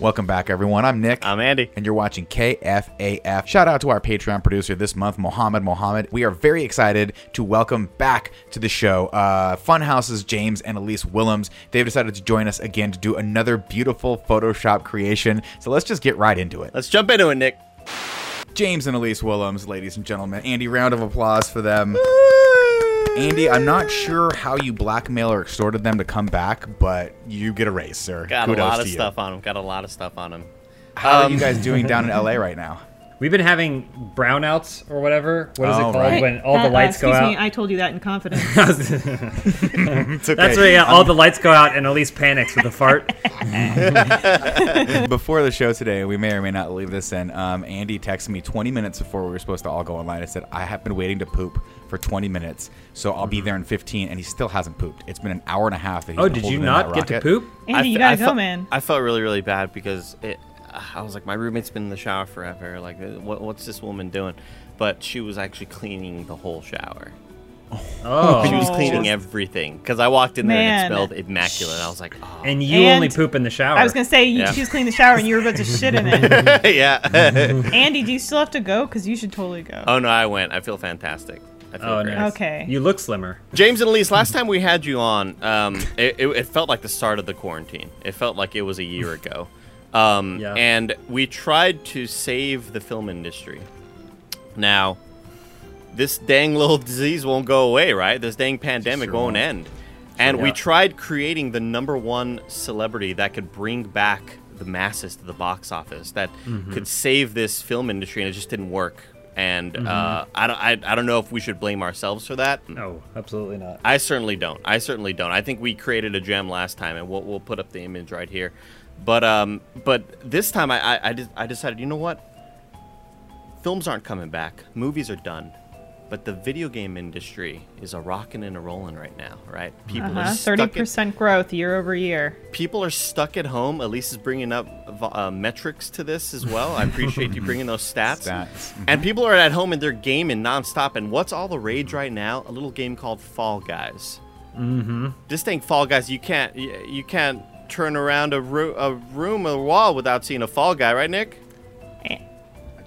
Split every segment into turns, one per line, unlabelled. Welcome back, everyone. I'm Nick.
I'm Andy.
and you're watching KFAF. Shout out to our Patreon producer this month, Mohammed Mohammed. We are very excited to welcome back to the show uh, Funhouse's James and Elise Willems. They've decided to join us again to do another beautiful Photoshop creation. So let's just get right into it.
Let's jump into it, Nick.
James and Elise Willems, ladies and gentlemen. Andy, round of applause for them. Andy, I'm not sure how you blackmail or extorted them to come back, but you get a raise, sir.
Got
Kudos
a lot
to
of
you.
stuff on Um, him. Got a lot of stuff on him.
How are you guys doing down in LA right now?
We've been having brownouts or whatever. What is
Oh,
it called
right.
when all
That-
the
uh,
lights go
excuse
out?
Me, I told you that in confidence.
It's okay.
That's where yeah, all the lights go out and Elise panics with a fart.
Before the show today, we may or may not leave this in. Um, Andy texted me 20 minutes before we were supposed to all go online. I said, I have been waiting to poop for 20 minutes, so I'll be there in 15, and he still hasn't pooped. It's been an hour and a half that he's
Oh,
been
did
holding
you
in that
not get to
rocket.
poop?
I
Andy, you
fe-
gotta
I
go,
felt-
man.
I felt really, really bad because it. I was like, my roommate's been in the shower forever. Like, uh, what, what's this woman doing? But she was actually cleaning the whole shower. She
Oh,
was
Oh.
cleaning everything because I walked in there and
Man.
it smelled immaculate. I was like, oh,
and you only
And-
poop in the shower.
I was gonna say you,
Yeah.
she was cleaning the shower and you were about to shit in it.
yeah.
Andy, do you still have to go? Because you should totally go. Uh,
oh no, I went. I feel fantastic. I feel
Oh,
great.
nice.
Okay.
You look slimmer.
James and Elise, last time we had you on, um, it, it, it felt like the start of the quarantine. It felt like it was a year ago. Um,
Yeah.
And we tried to save the film industry. Now, this dang little disease won't go away, right? This dang pandemic
Sure
won't
won't.
end. And we
Yeah.
tried creating the number one celebrity that could bring back the masses to the box office, that
Mm-hmm.
could save this film industry, and it just didn't work. And
Mm-hmm.
uh, I, don't, I, I don't know if we should blame ourselves for that.
No, absolutely not.
I certainly don't. I certainly don't. I think we created a gem last time, and we'll, we'll put up the image right here. But um, but this time I I, I, de- I decided you know what? Films aren't coming back. Movies are done. But the video game industry is a rocking and a rolling right now, right? People are
Uh-huh. Thirty
stuck. At,
percent growth year over year.
people are stuck at home. Elise is bringing up vo- uh, metrics to this as well. I appreciate you bringing those stats.
Stats.
And people are at home and they're gaming nonstop. And what's all the rage right now? A little game called Fall Guys. Mm-hmm. This thing, Fall Guys, you can't y- you can't turn around a, roo- a room or wall without seeing a Fall Guy, right, Nick?
I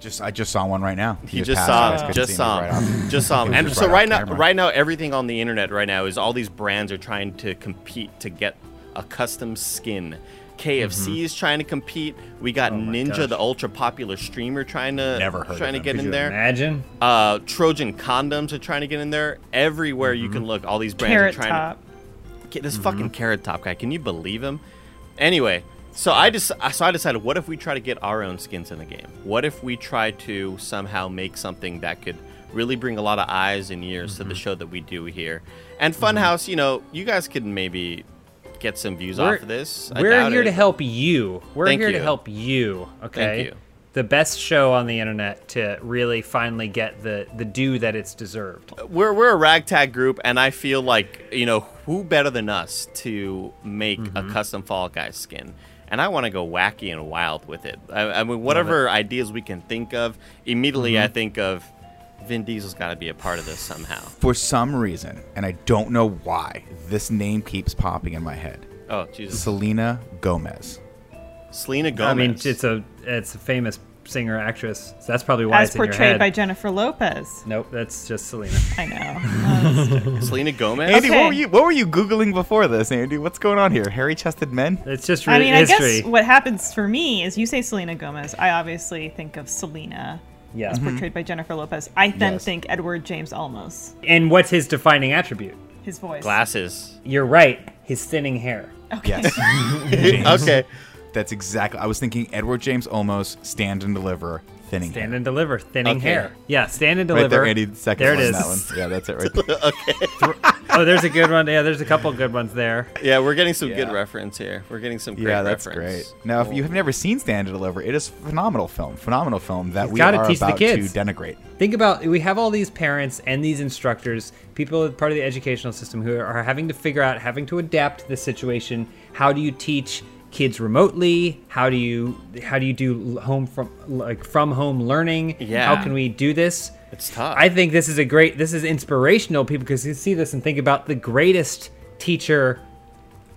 just, I just saw one right now.
He just,
passed. I
saw
was
him.
gonna
Just
see
saw
right
him.
off.
just saw him.
It
And
was
so
right
right
off
now,
camera.
right now, everything on the internet right now is all these brands are trying to compete to get a custom skin. KFC
Mm-hmm.
is trying to compete. We got
my
Ninja,
gosh.
the ultra popular streamer, trying to
Oh Never heard of
trying to
him.
get
Could
in
Could you
there.
Imagine.
Uh, Trojan condoms are trying to get in there. Everywhere
Mm-hmm.
you can look, all these brands
Carrot
are trying
top.
to get
Mm-hmm.
this fucking carrot top guy. Can you believe him? Anyway, so I just so I decided, what if we try to get our own skins in the game? What if we try to somehow make something that could really bring a lot of eyes and ears
Mm-hmm.
to the show that we do here? And Funhouse, you know, you guys could maybe get some views off of this. I
we're
doubt
here
it.
to help you. We're
Thank
here
you.
to help you. Okay.
you.
The best show on the internet to really finally get the the due that it's deserved.
we're we're a ragtag group, and I feel like you know who better than us to make a custom Fall Guys skin. And I want to go wacky and wild with it. I, I mean, whatever ideas we can think of, immediately I think of Vin Diesel's got to be a part of this somehow.
For some reason, and I don't know why, this name keeps popping in my head.
Oh Jesus,
Selena Gomez.
Selena Gomez.
I mean, it's a it's a famous singer actress. So that's probably why
As
it's in your
portrayed
head.
by Jennifer Lopez.
nope, that's just Selena.
I know. Um, That's-
Selena Gomez.
Andy, what
Okay.
were you what were you googling before this, Andy? What's going on here? Hairy chested men?
It's just re-
I mean, I
history.
guess what happens for me is you say Selena Gomez. I obviously think of Selena,
yeah.
Mm-hmm.
portrayed by Jennifer Lopez. I then
Yes.
think Edward James Olmos,
And what's his defining attribute?
his voice.
Glasses.
You're right. His thinning hair.
Yes.
okay.
That's exactly I was thinking Edward James Olmos, stand and deliver, thinning.
Stand
hair.
and deliver. Thinning
Okay.
hair. Yeah. Stand and
Right
deliver.
there, Andy. Second
there
one,
it is.
That one. Yeah, that's it right there.
oh, there's a good one. Yeah, there's a couple good ones there.
Yeah, we're getting some good
Yeah.
reference here. We're getting some great
yeah, that's
reference.
great. Now, if you have never seen Stand and Deliver, it is a phenomenal film. Phenomenal film that we
gotta
are
teach the
about
kids.
to denigrate.
Think about we have all these parents and these instructors, people part of the educational system who are having to figure out, having to adapt to this situation. How do you teach kids remotely? How do you how do you do home from like from home learning?
Yeah.
How can we do this?
It's tough.
I think this is a great this is inspirational people because you see this and think about the greatest teacher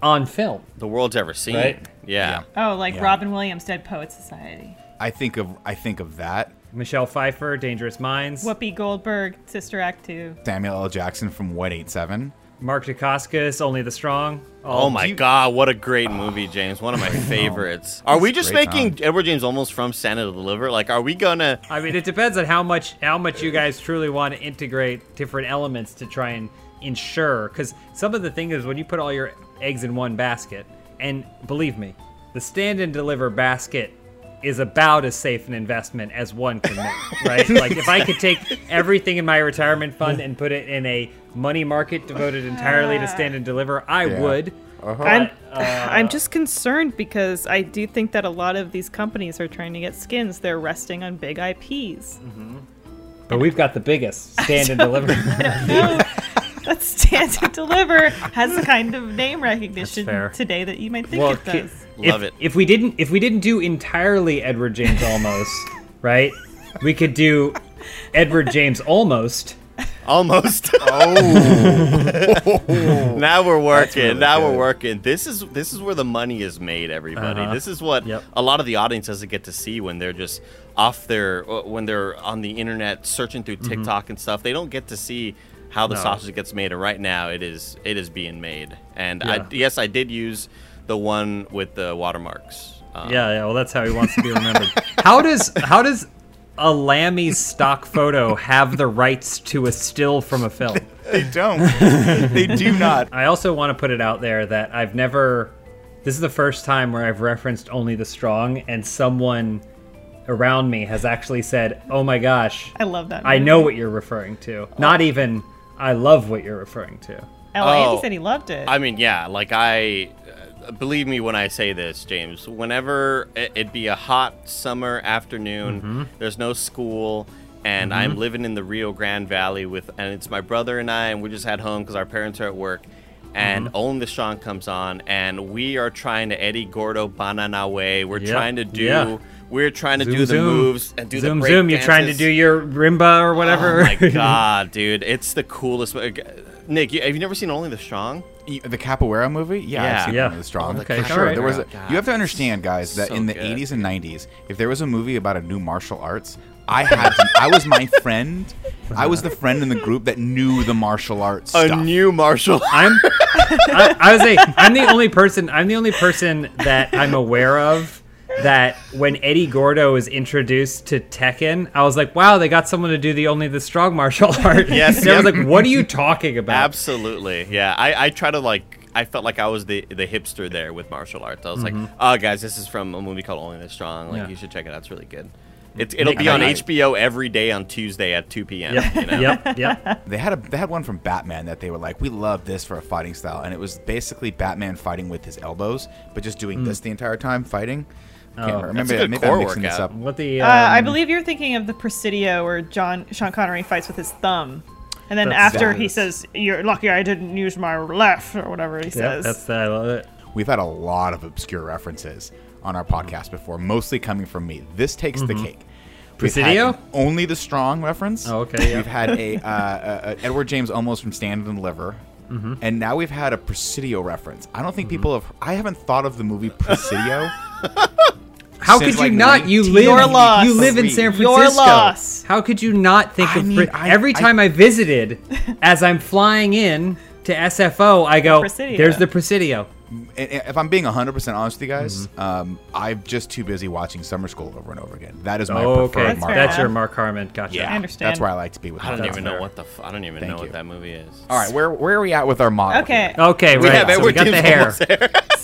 on film.
the world's ever seen.
Right?
Yeah.
Oh, like
Yeah.
Robin Williams, Dead Poet Society.
I think of I think of that.
Michelle Pfeiffer, Dangerous Minds.
Whoopi Goldberg, Sister Act 2.
Samuel L. Jackson from What Eight Seven.
Mark Dacascos, Only the Strong.
Oh
All
my
do you-
god, what a great movie, James. One of my favorites. Are we just
great
making Edward James almost from Santa to Deliver? Like are we gonna
I mean, it depends on how much how much you guys truly want to integrate different elements to try and ensure. Because some of the thing is when you put all your eggs in one basket, and believe me, the stand and deliver basket is about as safe an investment as one can make, right? Like if I could take everything in my retirement fund and put it in a money market devoted entirely to stand and deliver, I
Yeah.
would.
I'm,
Uh,
I'm just concerned because I do think that a lot of these companies are trying to get skins. They're resting on big IPs.
But we've got the biggest stand and deliver.
That Stand and Deliver has the kind of name recognition
fair.
today that you might think
Well,
it
ki-
does.
if,
Love it.
If we didn't, if we didn't do entirely Edward James Olmos, right? We could do Edward James Almost.
almost
Oh.
now we're working.
really
now
good.
we're working. This is this is where the money is made, everybody.
Uh-huh.
This is what
Yep.
a lot of the audience doesn't get to see when they're just off their uh, when they're on the internet searching through TikTok and stuff. They don't get to see how the
Mm-hmm. No.
sausage gets made. And right now, it is it is being made. And I,
Yeah.
yes, I did use the one with the watermarks. Um,
Yeah, yeah. Well, that's how he wants to be remembered. how does how does a Lammy's stock photo have the rights to a still from a film?
They don't. they do not.
I also want to put it out there that I've never. This is the first time where I've referenced only the strong, and someone around me has actually said, "Oh my gosh,
I love that.
I
movie.
know what you're referring to. Not even I love what you're referring to.
Oh, Andy
Oh.
said he loved it.
I mean, yeah, like I uh, believe me when I say this, James. Whenever it, it'd be a hot summer afternoon,
Mm-hmm.
there's no school, and I'm living in the Rio Grande Valley with, and it's my brother and I, and we're just at home because our parents are at work. And
Mm-hmm.
Only the Strong comes on, and we are trying to Eddie Gordo Banana Way. We're
Yep,
trying to do,
yeah.
we're trying to
Zoom,
do the
zoom.
moves and do
zoom
the break
zoom. You're trying to
dances.
do your rimba or whatever.
Oh my god, dude! It's the coolest. Nick, you, have you never seen Only the Strong?
Y- E, The Capoeira movie? Yeah, I've
Yeah.
seen
Yeah.
one of the strong.
Oh, okay,
For sure.
alright.
There was a,
God,
you have to understand, guys, that
so
in the
good.
80s and 90s, if there was a movie about a new martial arts, I had to, I was my friend. I was the friend in the group that knew the martial arts stuff.
martial
I'm. I, I would say I'm the only person. I'm the only person that I'm aware of that when Eddie Gordo was introduced to Tekken, I was like, wow, they got someone to do the only the strong martial art.
Yes,
And I was
yep.
like, what are you talking about?
Absolutely, yeah. I, I try to like. I felt like I was the the hipster there with martial arts. I was like, oh guys, this is from a movie called Only the Strong. Like
Yeah.
you should check it out. It's really good. It's it'll
Nick
be on
and I-
HBO every day on Tuesday at 2 p.m.
Yep.
You know?
Yep. Yep.
They had a they had one from Batman that they were like, we love this for a fighting style, and it was basically Batman fighting with his elbows, but just doing this the entire time fighting. I can't remember.
That's a good
Maybe I'm
core
mixing this
workout.
up.
What the?
uh, I
um,
believe you're thinking of the Presidio where John Sean Connery fights with his thumb. And then
That's-
after
that
he
is-
says, You're lucky I didn't use my left or whatever he
Yep,
says.
that's that. I love it.
We've had a lot of obscure references on our podcast before, mostly coming from me. This takes the cake. We've had
Presidio?
an only the strong reference.
Oh, okay, yeah.
We've had a, uh, uh, a Edward James almost from Stand and Deliver, and now we've had a Presidio reference. I don't think people have. I haven't thought of the movie Presidio.
How
Since,
could you
like,
not? You
19
live.
Your loss.
You live in San
Your
Francisco.
loss.
How could you not think
I
of
mean,
Brit-
I-
every
I-
time I, visited, as I'm flying in to SFO, I go.
Presidio.
There's the Presidio.
And- and if I'm being 100% honest with you guys, um, I'm just too busy watching Summer School over and over again. That is my
okay,
preferred
that's,
That's
mark.
fair enough.
your Mark Harmon. Gotcha.
yeah,
I understand.
That's where I like to be with
I don't
my
even
friends.
know what the f- I don't even
Thank
know
you.
what that movie is.
All right, where, where are we at with our model?
Okay.
here?
Okay,
we
right.
have
so we
Edward
got the
James
hair.
almost there.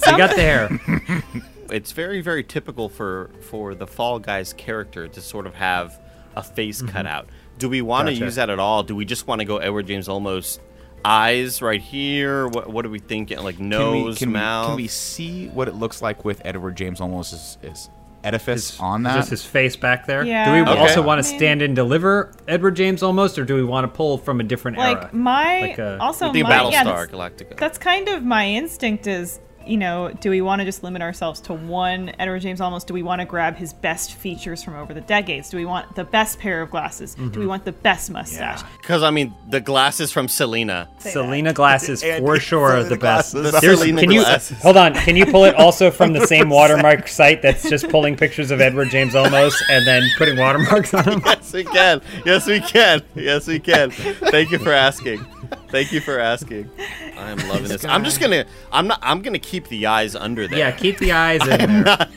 We got the hair.
it's very very typical for for the fall guys character to sort of have a face
Mm-hmm.
cut out do we want to
Gotcha.
use that at all do we just want to go edward james almost eyes right here what, what are we thinking like
Can we,
nose
can, we,
mouth
can we see what it looks like with Edward James almost is, is edifice on that?
Just his face back there.
Yeah.
Do we
Okay.
also want to
I mean-
stand and deliver Edward James almost, or do we want to pull from a different era?
like my
Like uh, a-
also
I think
Oh my yeah,
battlestar
that's,
galactica
that's kind of my instinct is you know, do we want to just limit ourselves to one Edward James Olmos? Do we want to grab his best features from over the decades? Do we want the best pair of glasses? Do we want the best mustache?
Yeah.
Because, I mean, the glasses from Selena.
Selena glasses
And
for sure
Selena
the best.
glasses. The
There's-
Selena
can you
glasses.
hold on? Can you pull it also from the same watermark site that's just pulling pictures of Edward James Olmos and then putting watermarks on them?
Yes, we can. Yes, we can. Yes, we can. Thank you for asking. Thank you for asking. I am loving this. I'm just gonna. I'm not. I'm gonna keep the eyes under there.
Yeah, keep the eyes in there.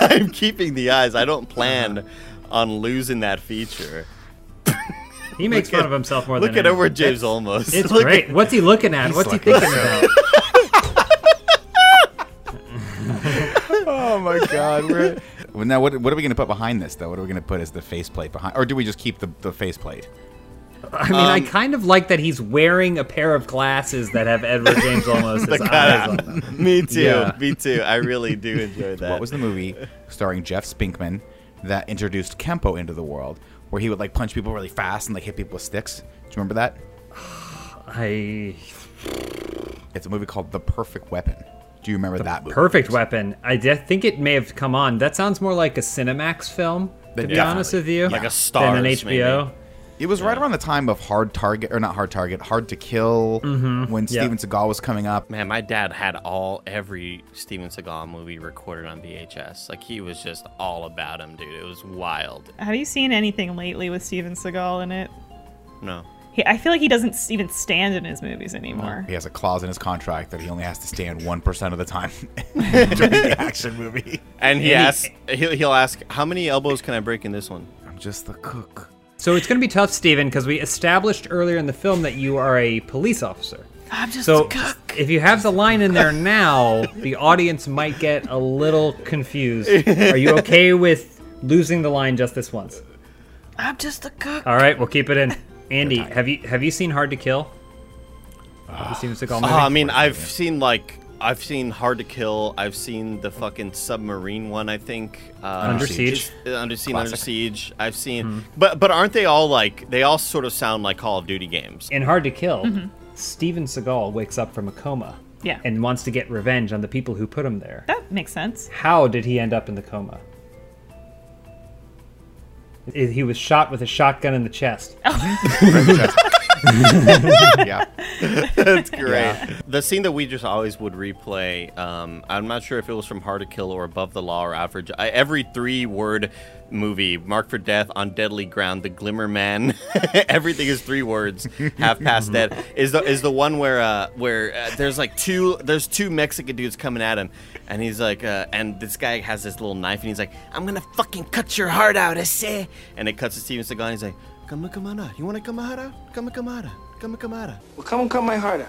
I'm keeping the eyes. I don't plan on losing that feature.
He makes
look
fun
at-
of himself more
Look
than
at
anyone.
Edward James almost.
It's
Look
great. What's he looking at? What's he thinking about?
Oh my god. We're... well, now, what, what are we going to put behind this, though? What are we going to put as the faceplate behind? Or do we just keep the, the faceplate?
I mean,
Um,
I kind of like that he's wearing a pair of glasses that have Edward James Olmos' eyes on them.
at- me too.
Yeah.
Me too. I really do enjoy that.
What was the movie starring Jeff Spinkman that introduced Kempo into the world, where he would like punch people really fast and like hit people with sticks? Do you remember that?
I
It's a movie called The Perfect Weapon. Do you remember that movie?
perfect weapon. I de- think it may have come on. That sounds more like a Cinemax film. To be
Definitely.
honest with you,
Like a
than an
Stars,
HBO.
maybe.
It was right around the time of Hard Target, or not Hard Target, Hard to Kill, when Steven Seagal was coming up.
Man, my dad had all every Steven Seagal movie recorded on VHS. Like he was just all about him, dude. It was wild.
Have you seen anything lately with Steven Seagal in it?
No.
He, I feel like he doesn't s- even stand in his movies anymore.
He has a clause in his contract that he only has to stand 1% of the time during the action movie.
And he
And he-
asks, he'll, he'll ask, "How many elbows can I break in this one?"
I'm just the cook.
So it's going to be tough, Steven, because we established earlier in the film that you are a police officer.
I'm just
So
a cook.
if you have the line in there now, the audience might get a little confused. Are you okay with losing the line just this once?
I'm just a cook.
All right, we'll keep it in. Andy, have you have you seen Hard to Kill? The Steven Seagal movie?
Oh, I mean, I've seen like I've seen Hard to Kill. I've seen the fucking submarine one. I think uh,
Under Siege.
is- uh, Under Siege. Under
Classic.
Siege. I've seen, but but aren't they all like they all sort of sound like Call of Duty games?
in Hard to Kill, Steven Seagal wakes up from a coma
Yeah.
and wants to get revenge on the people who put him there.
That makes sense.
How did he end up in the coma? I- He was shot with a shotgun in the chest.
Yeah.
That's great. The scene that we just always would replay. Um, I'm not sure if it was from Hard to Kill or Above the Law or Average. I, every three-word movie, Marked for Death, On Deadly Ground, The Glimmer Man. everything is three words. Half past dead is the is the one where uh, where uh, there's like two there's two Mexican dudes coming at him, and he's like, uh, and this guy has this little knife, and he's like, I'm gonna fucking cut your heart out, I say. And it cuts to Steven Seagal, and he's like, Come come on out. You wanna come out? out? Come come out. out. Come come out. out."
Well, come and cut my heart out.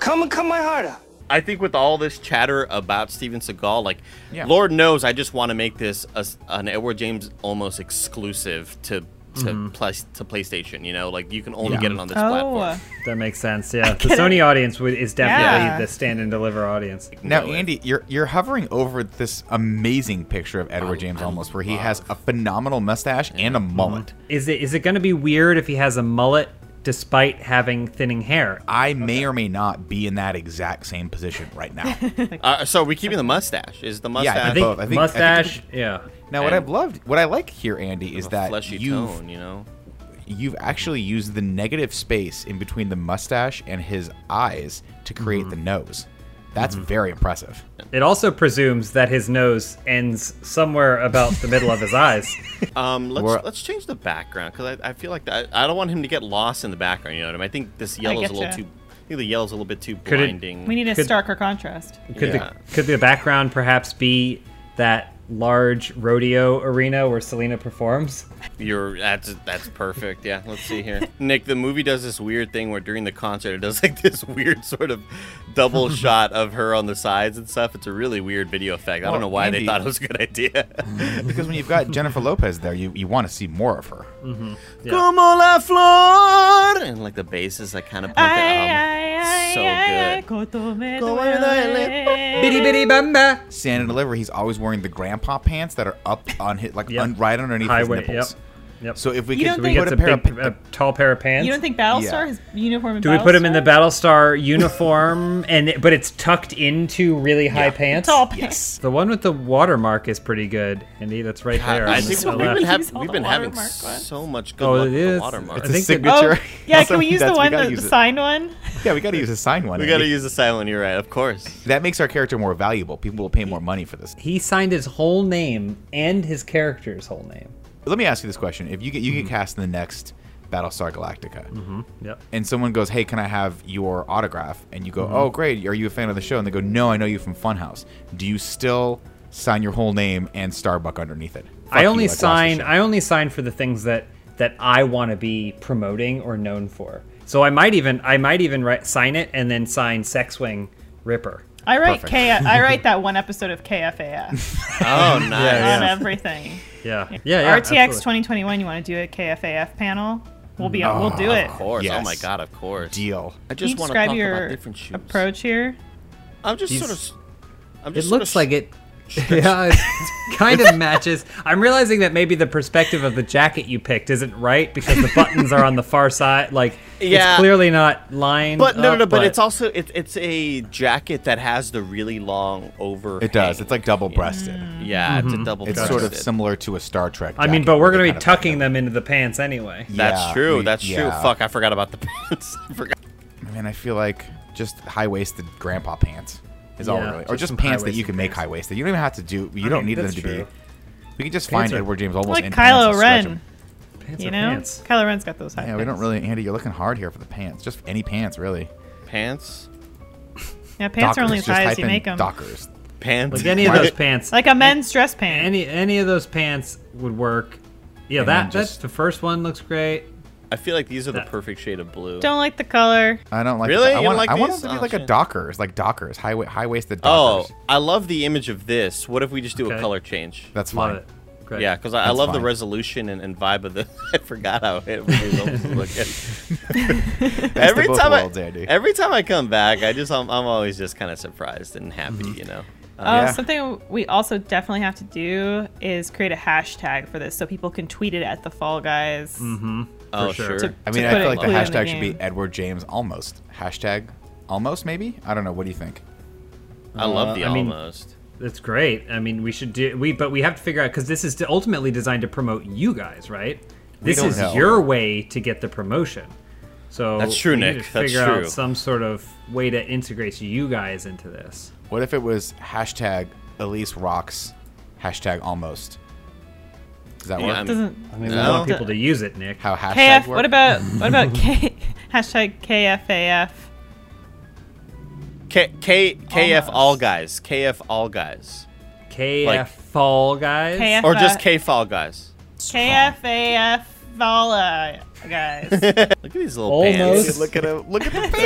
Come and cut my heart out.
I think with all this chatter about Steven Seagal, like,
Yeah.
Lord knows, I just want to make this a, an Edward James almost exclusive to to,
Mm-hmm.
play, to PlayStation. You know, like you can only get it on this
Oh,
platform.
That makes sense. Yeah, the Sony audience would- is definitely
Yeah.
the stand and deliver audience.
Now,
No, it-
Andy, you're you're hovering over this amazing picture of Edward James almost, where he has a phenomenal mustache and a mullet.
Is it is it going to be weird if he has a mullet despite having thinning hair?
I may or may not be in that exact same position right now.
Uh, so are we keeping the mustache? Is the mustache
I think,
both. I think- I think-
mustache. yeah.
now, what
And-
I've loved, what I like here, Andy, is
a
that
fleshy
you've
tone? You know,
you've actually used the negative space in between the mustache and his eyes to create
Mm-hmm.
the nose. That's very impressive.
It also presumes that his nose ends somewhere about the middle of his eyes.
um, let's
We're-
let's change the background because I, I feel like that, I don't want him to get lost in the background. You know what I mean? I think this yellow's a little
getcha.
too. I think the yellow's a little bit too
it-
blinding.
we need a
Could-
starker contrast.
Could
Yeah.
the could the background perhaps be that large rodeo arena where Selena performs?
You're that's that's perfect. Yeah, let's see here. Nick, the movie does this weird thing where during the concert it does like this weird sort of double shot of her on the sides and stuff. It's a really weird video effect. I
Well,
don't know why they
Andy-
thought it was a good idea.
Because when you've got Jennifer Lopez there, you, you want to see more of her.
Mm-hmm.
Como la flor, and like the bass is like kind of pumping.
Ay, ay,
um, so
ay, ay,
good.
coto me
Como me duele.
duele.
Bitty bitty bamba.
Stand and deliver. He's always wearing the grandpa pants that are up on his like
Yep.
un, right underneath
High
his
wa-
nipples.
yep. Yep.
So if we
You
could
don't
put
we
think-
a
gets a
pair
big,
of
a tall pair of pants.
You don't think Battlestar
Yeah.
his uniform? In
Do we put him in the Battlestar
Battlestar?
uniform, and it- but it's tucked into really high pants?
Tall pants.
yes.
The one with the watermark is pretty good, Andy. That's right there.
I
on
think
the
we've
left.
been,
have-
hav-
All
we've
the
been having
watermark ones.
so much good
Oh,
luck
it
with
is.
the watermark.
It's
I
a
think they-
Oh,
signature.
yeah.
Also,
Can we use the
that's-
one,
gotta
the,
use it.
signed one?
Yeah, we gotta use a signed one.
We gotta
Andy.
use the silent. You're right, of course.
that makes our character more valuable. People will pay more money for this.
He signed his whole name and his character's whole name.
Let me ask you this question: If you get
Mm-hmm.
you get cast in the next Battlestar Galactica,
Yep.
and someone goes, "Hey, can I have your autograph?" and you go,
Mm-hmm.
"Oh, great. Are you a fan of the show?" and they go, "No, I know you from Funhouse." Do you still sign your whole name and Starbuck underneath it? Fuck
I
you,
only
watch the
sign.
show.
I only sign for the things that that I want to be promoting or known for. So I might even I might even write, sign it and then sign Sexwing Ripper.
I write
Perfect.
K. I write that one episode of KFAF
Oh, nice.
on
yeah.
everything.
Yeah, yeah, yeah.
RTX
absolutely.
2021. You want to do a KFAF panel? We'll be. we'll do it.
Of course. Oh my
Yes.
god, of course.
deal.
I
Can you
just want to
describe
talk about
your
different shoes.
approach here?
I'm just
He's-
sort of. s- I'm
It
just
looks
sort
like
of,
it. Yeah, it kind of matches. I'm realizing that maybe the perspective of the jacket you picked isn't right because the buttons are on the far side. Like
Yeah.
it's clearly not lined.
But no, no,
up,
no. But, it's also it, it's a jacket that has the really long over.
It does. It's like double-breasted.
yeah,
Mm-hmm.
it's a double.
It's sort of
breasted.
similar to a Star Trek.
I mean,
jacket
but we're
where they
gonna be
kind of
tucking them into the pants anyway.
That's
Yeah,
true.
we-
that's true.
yeah.
Fuck, I forgot about the pants. I forgot.
Man, I feel like just high-waisted grandpa pants is all
Yeah,
really, or
just
just
some
pants that you
high-waisted
can make
pants.
high-waisted. You don't even have to do. You don't
mean,
need them
that's
to
true.
be. We can just find
Pants are-
Edward James almost
Like
in pants and
Kylo
stretch
Ren.
'em.
Pants
You
are
know,
pants.
Kylo Ren's got those high.
Yeah, we don't
pants.
really, Andy. You're looking hard here for the pants. Just any pants, really.
Pants.
Yeah, pants are only as
Just
high as
type
you
in
make them.
Dockers.
Pants.
Like any of those pants.
Like a men's dress pant.
any any of those pants would work. Yeah,
then
that that's
just-
the first one looks great.
I feel like these are the
That-
perfect shade of blue.
don't like the color.
I don't like.
Really?
the-
You
I
don't
want,
like
I want
these?
them to be
Oh,
like a
shit.
Dockers, like Dockers, high high waisted
oh,
Dockers.
I love the image of this. What if we just do a
Okay.
color change?
that's
Love
fine.
it. Great.
yeah, because I, I
That's
love the
fine.
resolution and, and vibe of the. I forgot how it was looking.
Best of
every
both
time
worlds,
I,
Andy.
every time I come back, I just I'm, I'm always just kind of surprised and happy,
Mm-hmm.
you know.
Oh,
Yeah.
something we also definitely have to do is create a hashtag for this so people can tweet it at the Fall Guys.
oh
sure.
sure.
To-
I mean,
to
I feel
put
like
it-
the
include it in the
hashtag should be
game.
Edward James almost hashtag almost maybe. I don't know. What do you think?
I
uh,
love the
I mean-
almost.
That's great. I mean, we should do we, but we have to figure out because this is ultimately designed to promote you guys, right? This
don't
is
know.
your way to get the promotion. So
That's true,
we need
Nick.
to
That's
figure
true.
out some sort of way to integrate you guys into this.
What if it was hashtag Elise rocks hashtag almost? Does that
Yeah,
work?
I mean-
Doesn't
I mean, we
No.
want people to use it, Nick.
How hashtag
KF?
work?
What about what about K? Hashtag KFAF.
K K KF
Almost.
all guys. KF all guys.
KF
like-
Fall guys.
KF
Or just
uh,
K fall guys.
KFAF Vala guys.
Look at these little
Almost.
pants.
Look at him! Look at the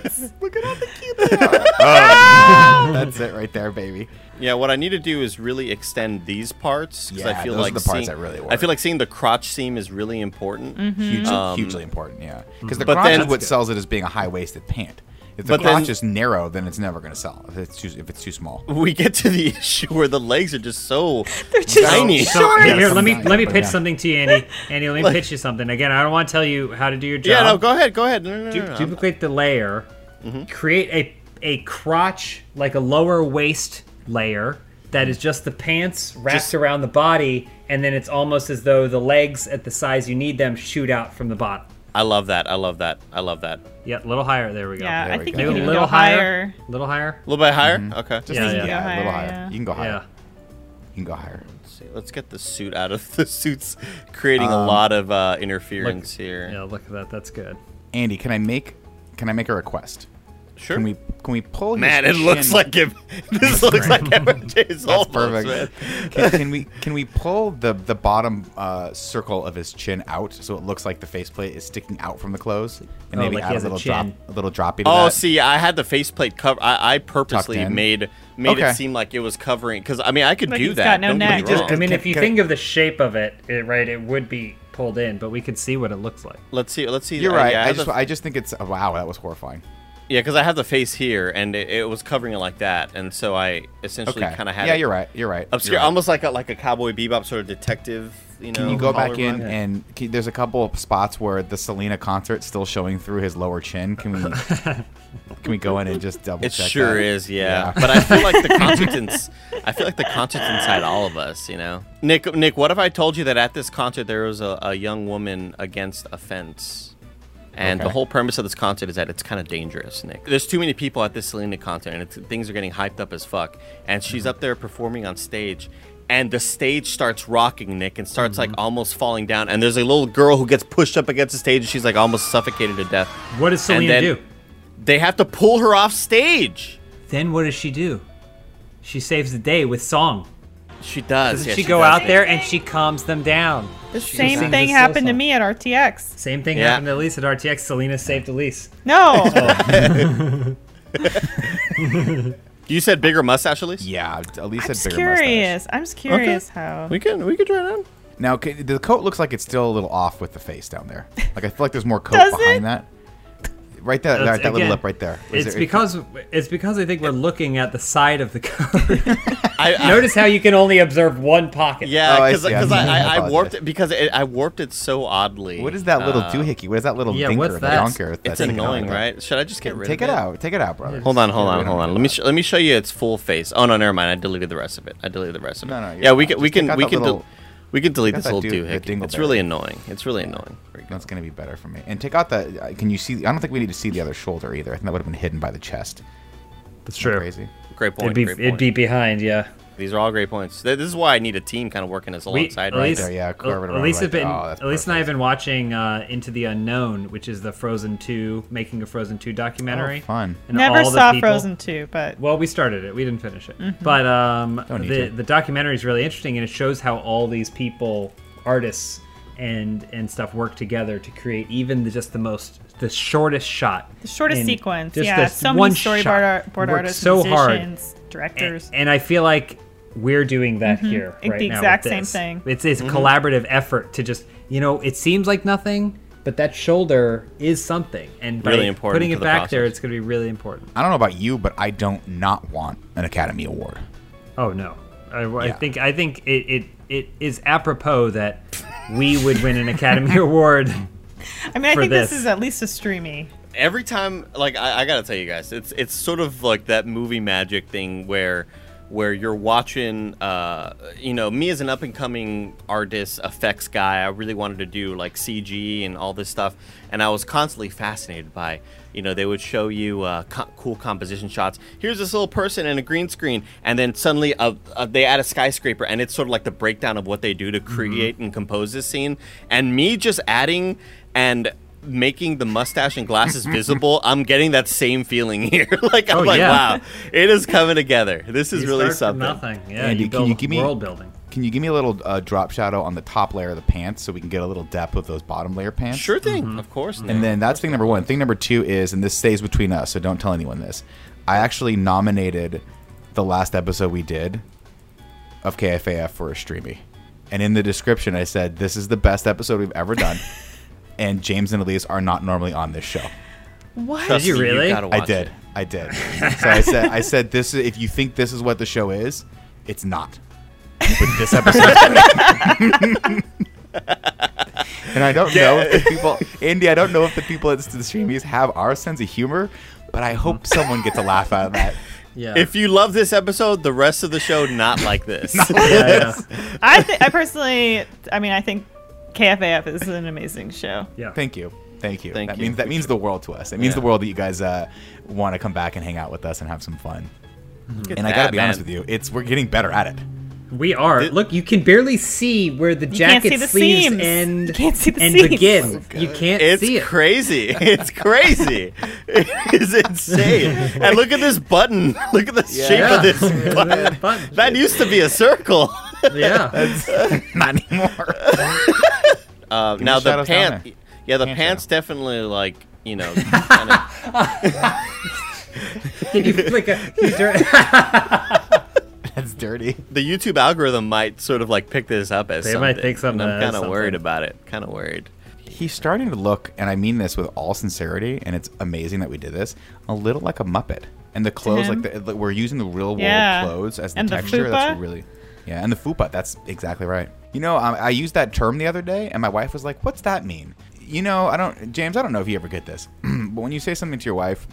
Pants.
Look at how cute they are. That's it right there, baby.
Yeah, what I need to do is really extend these parts because
Yeah,
I feel
those are
like
the parts
seeing,
that really
I
work.
feel like seeing the crotch seam is really important.
Hugely, hugely important, yeah.
Mm-hmm.
Because the
But
crotch
then-
is Mm-hmm. what
That's good.
sells it as being a high waisted pant. If the
But
crotch
then-
is narrow, then it's never going to sell. If it's too, if it's too small.
We get to the issue where the legs are just so
They're just
tiny.
so short.
Yeah, here, let me
Sometimes,
let me
but
pitch
yeah.
something to you, Andy. Andy, let me pitch you something. Again, I don't want to tell you how to do your job.
Yeah, no, go ahead, go ahead. No, no, no,
Du-
no, no.
duplicate the layer, create a a crotch like a lower waist layer that is just the pants wrapped
Just-
around the body, and then it's almost as though the legs at the size you need them shoot out from the bottom.
I love that. I love that. I love that. A
Yeah, a little higher. There we go.
Yeah,
There
I
we
think
go.
you
Maybe
can
a
go
little
higher.
higher. A little higher.
little bit higher. Okay.
Just
Yeah,
Mm-hmm. yeah, a
yeah.
little higher.
Yeah.
You can go higher.
Yeah.
You can go higher.
Let's see. Let's get the suit out of the suits, creating
Um,
a lot of uh, interference here.
Yeah, look at that. That's good.
Andy, can I make can I make a request?
Sure.
Can we can we pull? his
Man, it looks
chin-
like him. This looks like Evan James almost, man.
perfect. Can, can we can we pull the the bottom uh, circle of his chin out so it looks like the faceplate is sticking out from the clothes and
Oh,
maybe
like he
add a
has a
little drop
chin.
a little droppy to
Oh,
that?
see, I had the faceplate cover. I, I purposely
in.
made made
Okay.
it seem like it was covering because I mean I could
Like
do
he's
that.
got no
Don't get me
neck. He just-
wrong.
I mean, if you
can I-
think of the shape of it, it, right, it would be pulled in, but we could see what it looks like.
let's see. Let's see.
You're
Uh,
right.
Yeah,
I
have
just
the-
I just think it's oh, wow. That was horrifying.
yeah, because I have the face here, and it, it was covering it like that, and so I essentially
Okay.
kind of had
yeah,
it
you're right. You're right.
obscure,
you're right.
almost like a like a cowboy bebop sort of detective you know.
Can you go back
collar
in
run.
and can, there's a couple of spots where the Selena concert's still showing through his lower chin? Can we can we go in and just double
It
check?
sure
is.
is, yeah. But I feel like the concert's in, I feel like the concert's inside all of us, you know. Nick, Nick, what if I told you that at this concert there was a, a young woman against a fence, and the
Okay.
whole premise of this concert is that it's kind of dangerous, Nick. There's too many people at this Selena concert, and it's, things are getting hyped up as fuck. And she's up there performing on stage. And the stage starts rocking, Nick, and starts like almost falling down. And there's a little girl who gets pushed up against the stage, and she's like almost suffocated to death.
What does
And
Selena
then
do?
They have to pull her off stage.
Then what does she do? She saves the day with song.
She does.
Doesn't
yeah,
she go
does.
out there and she calms them down?
The
sings
same
the
thing
slow
happened to
song.
me at RTX.
Same thing
Yeah.
happened to Elise at RTX. Selena saved Elise.
No.
You said bigger mustache, Elise.
Yeah, at least
I'm
had
just
bigger
curious. I'm just curious how.
We can we can try that.
mustache. Now c- the coat looks like it's still a little off with the face down there. Like I feel like there's more coat
Does
behind
it?
that. Right there,
That's-
that, that little
again,
lip right there. Is
it's
there-
because it's because I think we're looking at the side of the coat.
I, I
Notice how you can only observe one pocket.
Yeah,
Oh, I
because
see, I see.
I, I,
I
I
apologize.
warped it because it, I warped it so oddly.
What is that little
Uh,
doohickey? What is that little
yeah,
dinker,
what's
the
that?
donker?
It's
that's sticking out
annoying,
there?
right? Should I just get rid
Take
of
it
it?
out. Take it out, brother.
Hold on, hold
Yeah, we
on,
don't
hold on.
need
Let me
that.
sh- let me show you its full face. Oh no, never mind. I deleted the rest of it. I deleted the rest of it.
No, no, you're
Yeah, we
fine.
can we
Just take
can
out
we
that
can del-
little-
we can delete
Take
this
out that
little
doo- the
doohickey. It's
dingleberry.
really annoying. It's really annoying. Here we go.
That's gonna be better for me. And take out the. uh, Can you see? I don't think we need to see the other shoulder either. I think that would have been hidden by the chest.
that's true.
Crazy.
Great point.
It'd be
great point.
it'd be behind. Yeah.
These are all great points. Th- This is why I need a team kind of working us alongside right
there, yeah, curve it around
Elise,
like
been,
that. Oh, that's
Elise and I have been watching uh, Into the Unknown, which is the Frozen 2, making a Frozen 2 documentary.
Oh, fun.
And
Never
all the
saw
people-
Frozen 2, but
Well, we started it. We didn't finish it.
Mm-hmm.
But um,
Don't need
the
to.
the documentary is really interesting, and it shows how all these people, artists, and and stuff work together to create even the, just the most the shortest shot,
the shortest
in
sequence.
just
Yeah,
this
so
one
many storyboard
shot.
art, board
Worked
artists,
so hard. Eh,
musicians, directors.
And, and I feel like we're doing that here
It-
right
Mm-hmm. the
now with
exact same
this.
thing.
It's, it's
Mm-hmm.
a collaborative effort to just, you know, it seems like nothing, but that shoulder is something. And by
Really important
putting
to
it
the
back there,
process.
it's going to be really important.
I don't know about you, but I don't not want an Academy Award.
Oh no, I, I
Yeah.
think I think it, it it is apropos that we would win an Academy Award.
I mean, I
eh, for
think this.
this.
is at least a streamy.
every time like I, I gotta tell you guys it's it's sort of like that movie magic thing where where you're watching uh you know me as an up and coming artist effects guy i really wanted to do like cg and all this stuff and i was constantly fascinated by you know they would show you uh, co- cool composition shots here's this little person in a green screen and then suddenly uh, uh, they add a skyscraper and it's sort of like the breakdown of what they do to create and compose this scene and me just adding and making the mustache and glasses visible, I'm getting that same feeling here. like I'm
Oh,
like,
yeah.
wow, it is coming together. This is
You
really
start from
something.
Nothing. Yeah,
Andy, can
you build
you give me-
world building.
Can you give me a little uh, drop shadow on the top layer of the pants so we can get a little depth with those bottom layer pants?
Sure thing,
Mm-hmm.
of course.
And then that's thing number one. Thing number two is, and this stays between us, so don't tell anyone this. I actually nominated the last episode we did of KFAF for a streamy. And in the description, I said, This is the best episode we've ever done. and James and Elise are not normally on this show.
What?
Trust
Did you
me,
really?
gotta
I
watch
did.
it.
I did. So I said, I said, this is, if you think this is what the show is, it's not. But this episode. and I don't know if the people, Andy, I don't know if the people at the streamies have our sense of humor, but I hope someone gets a laugh out of that.
Yeah.
If you love this episode, the rest of the show not like this.
yeah, yeah,
I, th- I personally, I mean, I think KFAF is an amazing show.
yeah.
Thank you. Thank you.
Thank
that
you.
means that means the world to us. It means the
Yeah.
world that you guys uh, want to come back and hang out with us and have some fun. And I gotta
Mm-hmm. that,
be honest
man.
with you, it's we're getting better at it.
We are.
Th-
Look, you can barely see where the
can't
jacket
see the
sleeves
seams.
end
You can't see the
and
seams.
begin. you can't
Oh It's
see it.
crazy. It's crazy. it's insane. And look at this button. Look at the shape
Yeah.
of this button.
Fun.
That used to be a circle.
yeah.
Not anymore.
Uh, now
the shadows
the
down
pants,
there.
yeah, the
Pant
pants definitely like you know. kinda-
Did you flick a? you turn-
That's dirty.
the YouTube algorithm might sort of like pick this up as
They
something.
might think something
and I'm
as
kind of worried
something.
about it. Kind of worried.
He's starting to look, and I mean this with all sincerity, and it's amazing that we did this, a little like a Muppet. And the clothes,
him?
like the, like, we're using the real world
Yeah.
clothes as the
And the
texture. That's
fupa?
really. Yeah, and the fupa, that's exactly right. You know, um, I, I used that term the other day, and my wife was like, What's that mean? You know, I don't, James, I don't know if you ever get this, but when you say something to your wife,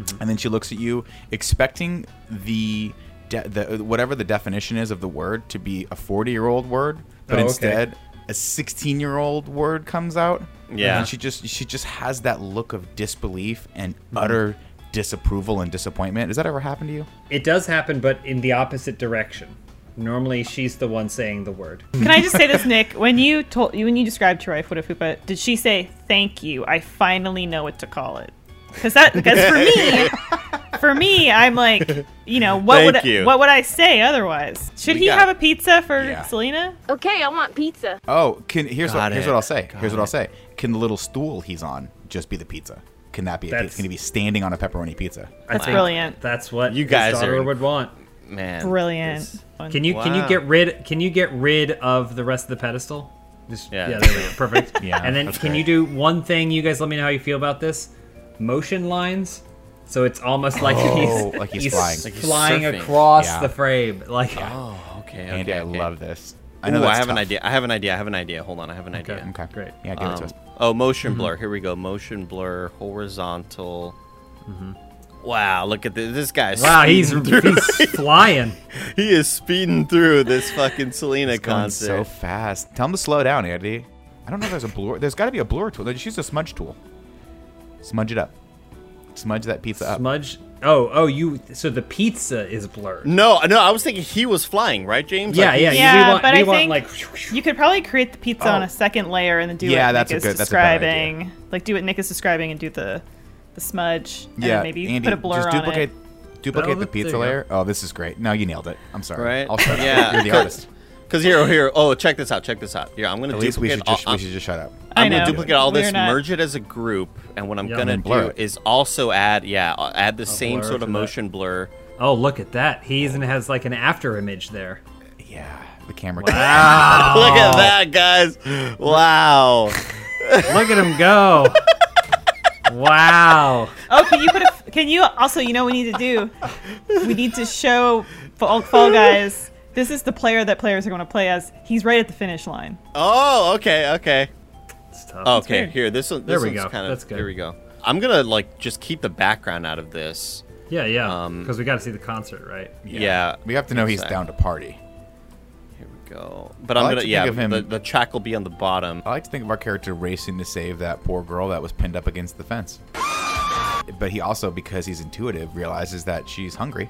Mm-hmm.
and then she looks at you expecting the, de- the whatever the definition is of the word to be a 40 year old word, but
Oh, okay.
instead, a 16 year old word comes out.
Yeah.
And she just, she just has that look of disbelief and
Mm-hmm.
utter disapproval and disappointment. Does that ever happen to you?
It does happen, but in the opposite direction. Normally, she's the one saying the word.
Can I just say this, Nick? When you told when you described your wife what a fupa, did she say thank you? I finally know what to call it. Because that because for me, for me, I'm like, you know, what
Thank
would
you.
what would I say otherwise? Should
We
he
got-
have a pizza for
Yeah.
Selena?
Okay, I want pizza.
Oh, can here's
Got
what here's
it.
what I'll say.
Got
here's what I'll
it.
say. Can the little stool he's on just be the pizza? Can that be a
That's-
pizza? Can he be standing on a pepperoni pizza?
That's
think
brilliant.
That's what
You
his
guys
daughter
are-
would want.
Man.
Brilliant.
this-
Can you can you
Wow.
get rid can you get rid of the rest of the pedestal? Just,
Yeah.
yeah. there we go. Perfect.
Yeah,
And then
that's
can
great.
you do one thing? You guys let me know how you feel about this. Motion lines. So it's almost like
Oh,
he's
like he's flying.
Like he's
flying
surfing.
across
Yeah.
the frame. Like
Oh, okay. okay
Andy, I
okay.
love this.
I
I know
I
that's
have an
tough.
idea. I have an idea. I have an idea. Hold on. I have an idea.
Okay,
Great.
Yeah, give it to
Um,
us.
oh, motion blur. Here we go. Motion blur, horizontal. Wow, look at this. This guy's
wow, he's
speeding through.
he's flying.
he is speeding through this fucking Selena
It's going
concert.
so fast. Tell him to slow down, Andy. I don't know if there's a blur. There's got to be a blur tool. Just use a smudge tool. Smudge it up. Smudge that pizza up.
Smudge. Oh, oh, you. So the pizza is blurred.
no, no, I was thinking he was flying, right, James?
Yeah,
Like,
yeah.
Yeah,
we want,
but
we
I
want
think-
like.
You could probably create the pizza on
Oh.
a second layer and then do
Yeah,
what
that's a
Nick is
good- that's a better idea.
describing. like do what Nick is describing and do the the smudge. And
yeah,
then maybe
Andy,
put a blur
just
on
duplicate,
it.
duplicate
Oh,
the
there you
pizza
go.
layer. Oh, this is great. No, you nailed it. I'm sorry.
Right?
I'll shut up.
yeah.
You're the artist.
Because here, here. Oh, check this out. Check this out. Here, I'm going to
At
duplicate
least we should
all-
just we should just shut up.
I
I'm gonna
know.
duplicate all this,
We're not-
merge it as a group, and what I'm
Yeah.
gonna
And blur
do
it.
is also add, yeah, I'll add the same
blur
sort
to
of
that.
motion blur.
Oh, look at that. He even has like an after image there.
Yeah, the camera.
Look
Oh.
at that, guys! Wow.
Look at him go. wow.
Oh, can you put a? Can you also? You know, what we need to do. We need to show Fall, Fall Guys. This is the player that players are going to play as. He's right at the finish line.
Oh, okay, okay,
It's tough.
okay. Here, this one. This
There we
one's
go.
Kind of,
That's good.
Here we go. I'm gonna like just keep the background out of this.
Yeah, yeah.
Um,
Because we got to see the concert, right?
Yeah.
We have to know he's
Exact-
down to party.
Here we go. But
I
I'm
like
gonna
to
yeah.
think of him-
The, the track will be on the bottom.
I like to think of our character racing to save that poor girl that was pinned up against the fence. But he also, because he's intuitive, realizes that she's hungry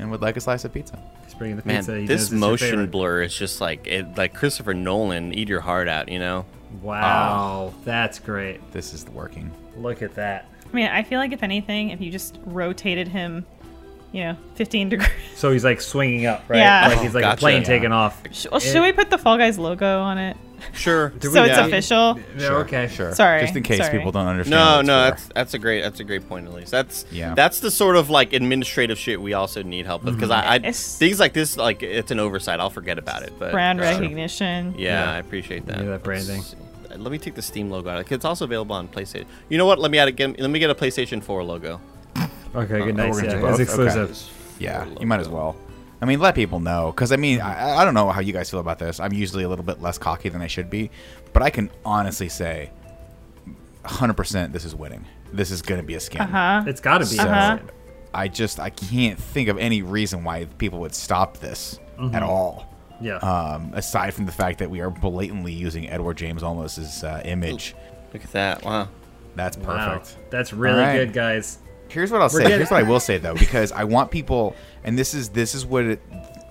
and would like a slice of pizza.
He's bringing the
Man,
pizza. he knows
this
it's your
motion
favorite.
blur is just like it, like Christopher Nolan, eat your heart out. You know.
Wow, that's great.
This is working.
Look at that.
I mean, I feel like if anything, if you just rotated him, you know, 15 degrees.
So he's like swinging up, right?
Yeah.
Like he's like
Gotcha.
a plane
Yeah.
taking off.
Well, should we put the Fall Guys logo on it
Sure.
so
we-
it's
yeah.
official?
Yeah, okay.
Sure.
Sorry,
Just in case
sorry.
people don't understand. what
No,
it's
no,
for.
that's that's a great that's a great point, Elise. That's
Yeah.
that's the sort of like administrative shit we also need help with because
Mm-hmm.
I, I
It's-
things like this like it's an oversight. I'll forget about it, but
Brand
uh,
recognition.
Yeah,
Yeah.
I appreciate that.
Yeah, that
Let's
branding.
see. Let me take the Steam logo out. 'cause It's also available on PlayStation. You know what? Let me add a, get, let me get a PlayStation 4 logo.
Okay, good
Uh, we're
nice.
gonna do
Yeah,
both?
it's
Okay.
exclusive.
Yeah, you might as well. I mean, let people know because I mean, I, I don't know how you guys feel about this. I'm usually a little bit less cocky than I should be, but I can honestly say, 100%, this is winning. This is going to be a scam.
Huh?
It's got to be.
So
Uh-huh.
I just I can't think of any reason why people would stop this at all.
Mm-hmm. Yeah.
Um, aside from the fact that we are blatantly using Edward James Olmos's uh, image,
Look at that! Wow.
that's
wow.
perfect.
That's really
All right.
good, guys.
Here's what I'll say.
getting-
Here's what I will say though, because I want people, and this is this is what it.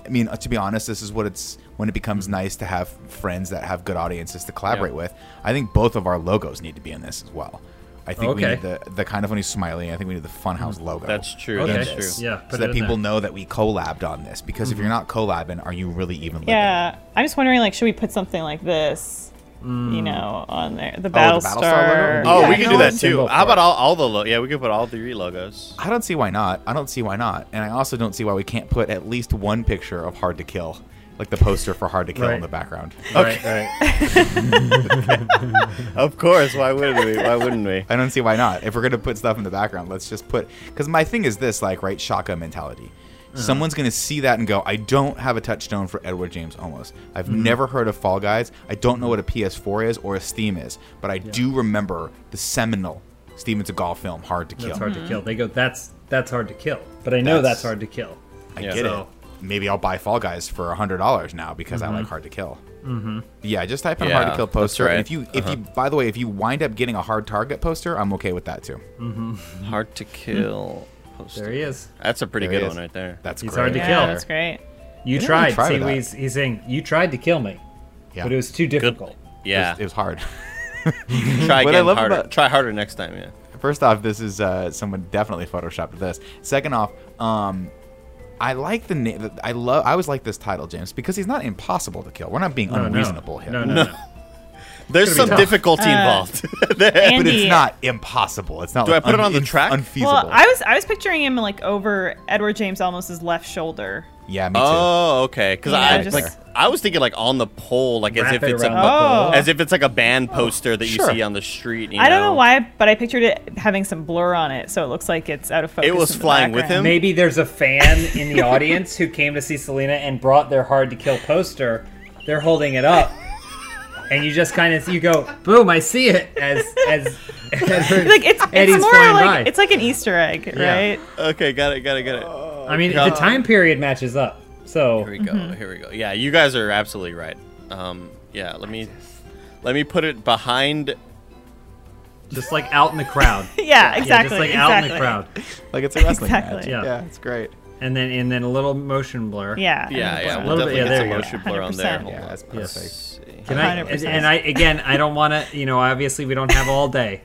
I mean, to be honest, this is what it's when it becomes
Mm-hmm.
nice to have friends that have good audiences to collaborate
Yeah.
with. I think both of our logos need to be in this as well. I think we
Okay. Mm-hmm.
need the the kind of funny smiley. I think we need the Funhouse logo.
That's true.
Okay.
That's
this
true.
Yeah,
so
put it
that
in
people
there. Mm-hmm.
know that we collabed on this. Because if you're not collabing, are you really even? living?
Yeah. I'm just wondering, like, should we put something like this, you know, on there? The
Battlestar
Battlestar.
logo?
Oh,
Yeah,
we can do
no,
that
it's
too.
symbol
How
for
about
it.
all, all the lo- yeah? We could put all three logos.
I don't see why not. I don't see why not. And I also don't see why we can't put at least one picture of Hard to Kill, like the poster for Hard to Kill in
Right.
the background.
Okay. Right, right.
Of course. Why wouldn't we? Why wouldn't we?
I don't see why not. If we're gonna put stuff in the background, let's just put. Because my thing is this, like, right, shaka mentality. Someone's going to see that and go, I don't have a touchstone for Edward James Olmos. I've never heard of Fall Guys. I don't know what a PS4 is or a Steam is, but I do remember the seminal Steven Seagal film, Hard to Kill.
That's hard to kill. They go, that's that's hard to kill. But I know that's,
That's-
hard to kill.
I
Yeah.
get
So-
it. Maybe I'll buy Fall Guys for hundred dollars now because I like Hard to Kill. Mm-hmm. Yeah, just type in Hard to
Yeah,
Kill
that's
poster. And
right.
if you, if you, by the way, if you wind up getting a Hard Target poster, I'm okay with that too.
Hard to kill. poster.
There he is.
That's a pretty
There he
good
is.
one right there.
That's
He's
great.
hard to
Yeah,
kill.
that's great.
You
didn't
tried.
even try
See,
that.
he's, he's saying you tried to kill me,
Yeah.
but it was too difficult.
Yeah.
It was hard.
try
What I
again
love
harder.
about-
Try harder next time. Yeah.
First off, this is uh, someone definitely photoshopped this. Second off, um, I like the name. I love. I always like this title, James, because he's not impossible to kill. We're not being
No, no.
unreasonable here.
No, no, no.
There's some
tough.
difficulty
Uh,
involved.
But
Andy,
it's not impossible. It's not.
Do
like
I put it on the
unf-
track?
Unfeasible.
Well, I was I was picturing him like over Edward James Olmos's left shoulder.
yeah, me too.
oh, okay. Because
Yeah,
I
just-
like I was thinking like on the pole, like as
Wrap
if
it
it's a
around the
Oh.
pole.
as if it's like a band poster that you
sure.
see on the street. You
I don't know why, but I pictured it having some blur on it, so it looks like it's out of focus.
was
in the
flying with
background.
him?
Maybe there's a fan in the audience who came to see Selena and brought their hard to kill poster. They're holding it up. And you just kind of you go, boom! I see it as as, as
Like it's
Eddie's
it's more
flying
like
by.
it's like an Easter egg,
Yeah.
right?
Okay, got it, got it, got it.
Oh,
I mean, the time period matches up. So
Here we go.
Mm-hmm.
Here we go. Yeah, you guys are absolutely right. Um, yeah, let me let me put it behind.
just like out in the crowd.
Yeah,
Yeah,
exactly.
just like
exactly.
out in the crowd.
Like it's a wrestling match.
Exactly.
Yeah.
Yeah.
it's great.
And then and then a little motion blur.
Yeah. and
Yeah,
the
yeah.
blur.
We'll
little bit-
definitely
yeah,
get
there
some
you go.
motion blur on there.
100%.
Hold
Yeah,
on.
that's
Yes.
perfect.
Can I,
100%.
and I again, I don't want to. You know, obviously we don't have all day,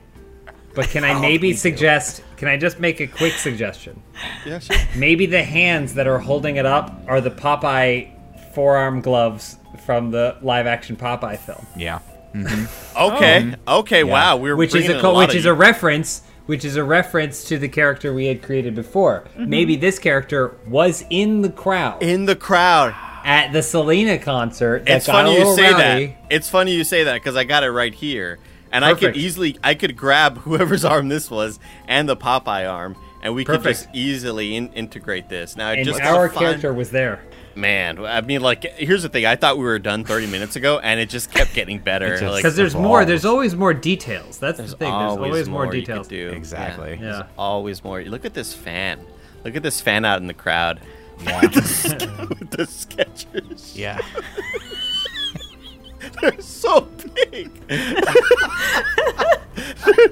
but can
Oh,
I maybe suggest? Can I just make a quick suggestion?
Yeah, sure.
Maybe the hands that are holding it up are the Popeye forearm gloves from the live-action Popeye film,
Yeah.
Okay. Okay. Wow. We're
Um, which is
bringing
a
in a
co-
lot
which
of
is
you.
a reference. Which is a reference to the character we had created before. Maybe this character was in the crowd
in the crowd.
at the Selena concert. That
It's
got a
funny you
little
say
rowdy.
that. It's funny you say that because I got it right here, and I could
Perfect.
easily I could grab whoever's arm this was and the Popeye arm, and we could
Perfect.
just easily in- integrate this. Now,
And
just to
our
find-
character was there.
man. I mean, like, here's the thing. I thought we were done 30 minutes ago, and it just kept getting better.
It just-
like,
Because there's
evolves.
more. There's always more details. That's the thing. There's always, more,
you could
details.
do.
Exactly.
Yeah.
Yeah.
There's always more. Look at this fan. Look at this fan out in the crowd. With the sketchers.
Yeah.
They're so big. They're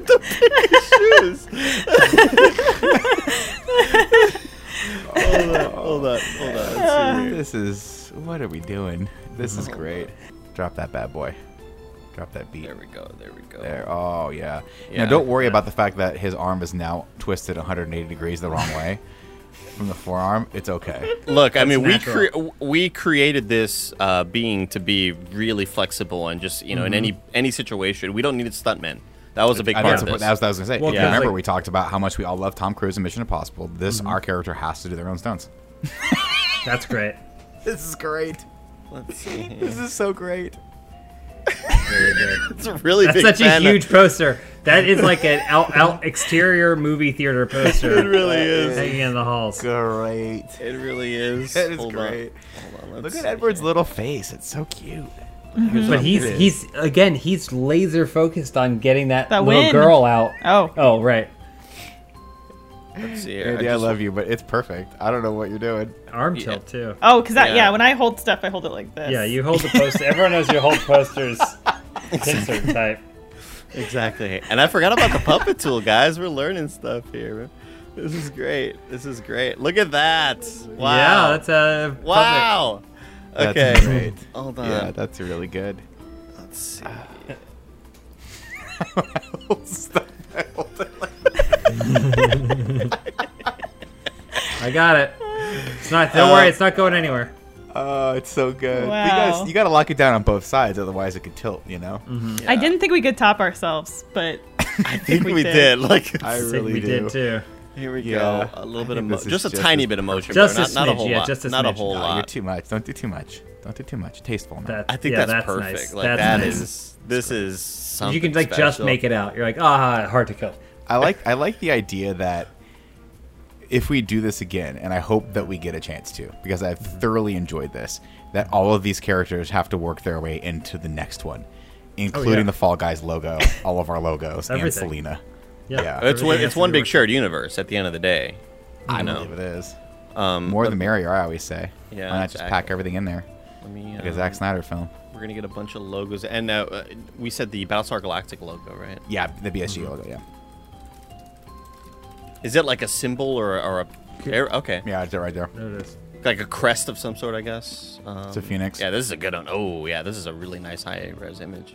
the biggest shoes. hold on, hold on, hold on. Let's see here.
this is what are we doing? This is great. Drop that bad boy. Drop that beat.
There we go. There we go.
There. Oh yeah.
Yeah.
Now don't worry about the fact that his arm is now twisted 180 degrees the wrong way from the forearm. It's okay.
Look, I mean, we
natural.
cre- we created this uh, being to be really flexible and just you know in any any situation. We don't need stuntmen. That was a big
I, Mm-hmm.
part
that's
of
what,
this.
that was, that was gonna say.
Well,
Yeah.
'cause,
Remember
like- Mm-hmm.
we talked about how much we all love Tom Cruise and Mission Impossible. This our character has to do their own stunts.
That's great.
This is great.
Let's see here.
This is so great.
It's a really
That's
big
such a
fan.
huge poster. That is like an out, out exterior movie theater
It
poster
really is.
hanging in the halls.
Great.
It really is.
That is
Hold
great.
On. Hold on. Let's
Look at
see
Edward's
here.
little face. It's so cute.
Mm-hmm. But he's
It is.
he's again he's laser focused on getting that,
That
little
win.
girl out.
Oh.
Oh right,
Let's see here.
Andy, I
just-
love you, but it's perfect. I don't know what you're doing.
arm tilt too.
Oh, because yeah.
Yeah.
yeah, when I hold stuff, I hold it like this.
Yeah, you hold the poster. Everyone knows you hold posters. Pincer type.
Exactly. And I forgot about the puppet tool, guys. We're learning stuff here. This is great. This is great. Look at that. Wow.
Yeah, that's a puppet.
wow.
That's
Okay.
great. Uh,
Hold on.
yeah, that's really good.
Let's see.
Stop. I hold it like-
I got it. It's not. Don't worry, it's not going anywhere.
Oh, it's so good.
Wow.
You guys, you gotta lock it down on both sides, otherwise it could tilt. You know.
Mm-hmm.
I didn't think we could top ourselves, but
I think
we
we
did.
did. Like
I
I think
really
we
do.
did too.
here we
Yeah.
go. A little
I
bit of
think
mo-
this is
just a
just
tiny
as
bit of motion,
Just
bro.
a
not, not a
smidge,
whole
yeah,
lot.
just a
not a
smidge.
whole
No,
Oh, you're
lot.
too much. Don't do too much. Don't do too much. Tasteful. Now.
That,
I think
yeah,
that's, perfect.
Nice.
Like
that's
that
nice.
is- this is something
you can like just
special.
make it out. You're like, ah, hard to kill.
I like I like the idea that if we do this again, and I hope that we get a chance to, because I've
Mm-hmm.
thoroughly enjoyed this, that all of these characters have to work their way into the next one,
Oh,
including the Fall Guys logo, all of our logos, and
Everything.
Selena.
Yeah.
It's one,
Everything
it's
has
one
to be
big shared universe at the end of the day.
I
know. Um,
believe it is. More the merrier, I always say.
Yeah,
Why not just pack
exactly.
everything in there?
Let me,
Like a
uh,
Zack Snyder film.
We're gonna get a bunch of logos, and uh, uh, we said the Battlestar Galactic logo, right?
Yeah, the BSG
mm-hmm.
logo, yeah.
Is it like a symbol or, or a air- okay,
Yeah, it's right there.
There it is.
like a crest of some sort, I guess? Um,
It's a phoenix.
Yeah, this is a good one. Oh yeah, this is a really nice high res image.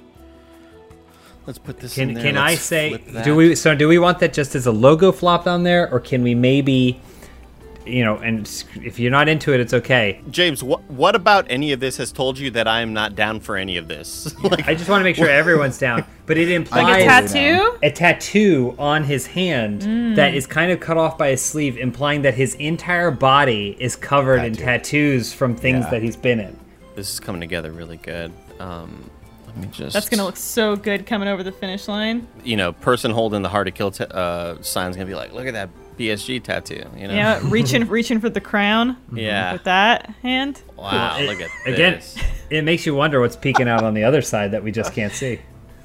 Let's put this. in
Can
there.
can I
Let's
say
flip that.
do we so do we want that just as a logo flop down there, or can we maybe, you know, and s- if you're not into it, it's okay.
James, what what about any of this has told you that I am not down for any of this? like,
I just want to make sure everyone's down, but it implies
Like a
down.
tattoo?
a tattoo on his hand that is kind of cut off by his sleeve, implying that his entire body is covered in
Tattoo.
tattoos from things
Yeah.
that he's been in.
this is coming together really good. Um, let me just.
That's gonna look so good coming over the finish line.
You know, person holding the hard to kill t- uh, sign's gonna be like, look at that BSG tattoo. You know.
Yeah, reaching reaching for the crown
Yeah.
with that hand.
Wow.
It-
Oh, look at
again.
this.
It makes you wonder what's peeking out on the other side that we just can't see.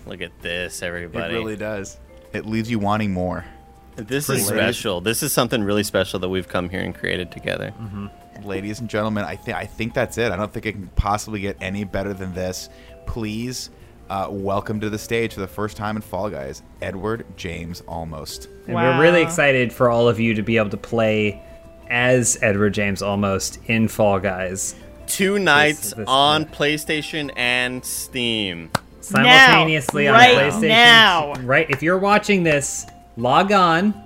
Look at this,
It
everybody.
really does. It leaves you wanting more.
this
pretty
is
lady.
special. This is something really special that we've come here and created together.
Mm-hmm.
Ladies and gentlemen, I think I think that's it. I don't think it can possibly get any better than this. Please, uh, welcome to the stage for the first time in Fall Guys, Edward James Almost.
And we're really
Wow.
excited for all of you to be able to play as Edward James almost in Fall Guys
Two nights
this-
on PlayStation and Steam.
simultaneously on
right
PlayStation.
now.
Right, if you're watching this, log on.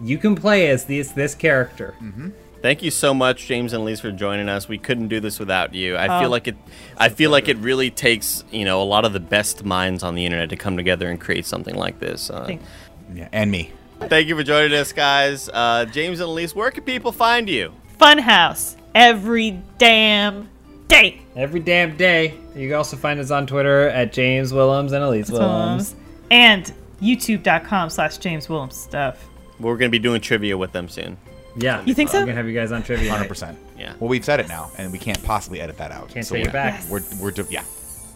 You can play as this this character.
Mm-hmm. Thank you so much, James and Lise, for joining us. We couldn't do this without you. I feel like it. I feel like it really takes you know a lot of the best minds on the internet to come together and create something like this. Uh,
Thank-
Yeah, and me.
thank you for joining us, guys. Uh, James and Elise, where can people find you?
Funhouse every damn day.
Every damn day. You can also find us on Twitter at James Willems and Elise Willems.
And youtube.com slash James Willems stuff.
We're going to be doing trivia with them soon.
Yeah.
You think so?
I'm gonna have you guys on trivia. night.
100%.
Yeah.
Well, we've said it now, and we can't possibly edit that out.
Can't take it back.
We're, we're, do- yeah.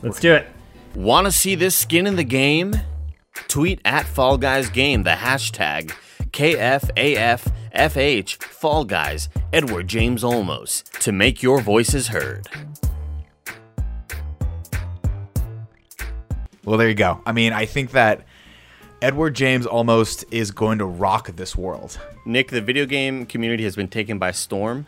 Let's do it.
Want to see this skin in the game? Tweet at Fall Guys Game the hashtag KFAFFH Fall Guys Edward James Olmos to make your voices heard.
Well, there you go. I mean, I think that Edward James Almost is going to rock this world.
Nick, the video game community has been taken by storm,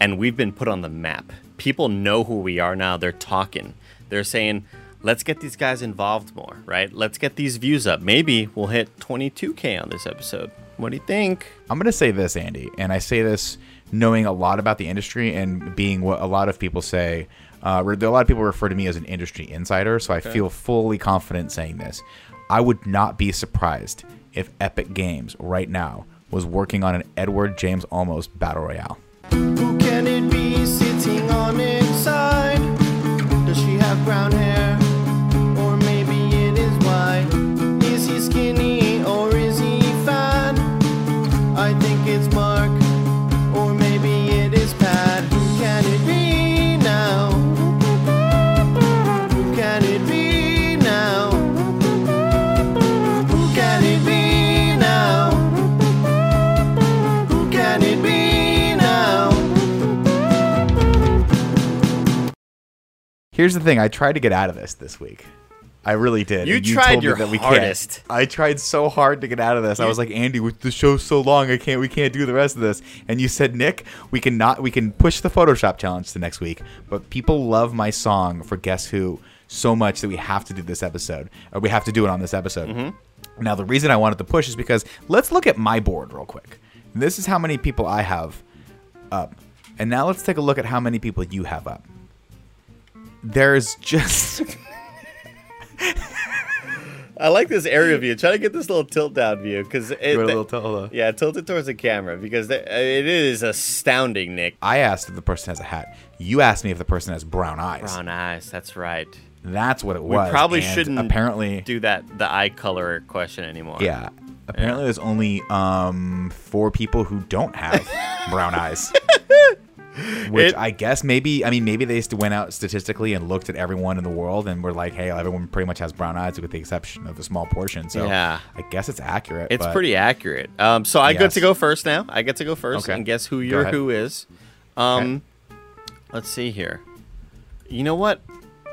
and we've been put on the map. People know who we are now. They're talking. They're saying, let's get these guys involved more, right? Let's get these views up. Maybe we'll hit 22K on this episode. What do you think?
I'm going to say this, Andy, and I say this knowing a lot about the industry and being what a lot of people say. Uh, re- a lot of people refer to me as an industry insider, so I feel fully confident saying this. I would not be surprised if Epic Games right now was working on an Edward James Almost battle royale.
Who can it be sitting on its side? Does she have brown hair? Or maybe it is white? Is he skinny or is he fat? I think it's Mark, or maybe it is Pat. Who can it be now? Who can it be now? Who can it be now? Who can it be now?
Here's the thing: I tried to get out of this this week. I really did.
You
and
tried
told me
your
that we
hardest.
Can't. I tried so hard to get out of this. I was like, Andy, with the show so long, I can't. We can't do the rest of this. And you said, Nick, we can not. We can push the Photoshop challenge to next week. But people love my song for Guess Who so much that we have to do this episode, or we have to do it on this episode.
Mm-hmm.
Now, the reason I wanted to push is because let's look at my board real quick. This is how many people I have up, and now let's take a look at how many people you have up there's just
I like this area view. Try to get this little tilt down view because it.
tell
yeah, tilt it towards the camera because th- it is astounding, Nick.
I asked if the person has a hat. You asked me if the person has brown eyes.
Brown eyes. That's right.
That's what it
We
was.
probably
and
shouldn't
Apparently,
do that the eye color question anymore.
yeah. Apparently, there's only um, four people who don't have brown eyes. Which
It-
I guess maybe I mean maybe they just went out statistically and looked at everyone in the world and were like, hey, everyone pretty much has brown eyes with the exception of a small portion. So
Yeah.
I guess it's accurate.
It's
but-
pretty accurate. Um, so I get
Yes.
to go first now. I get to go first
Okay.
and guess who
Go
your
ahead.
who is. Um, Let's see here. You know what?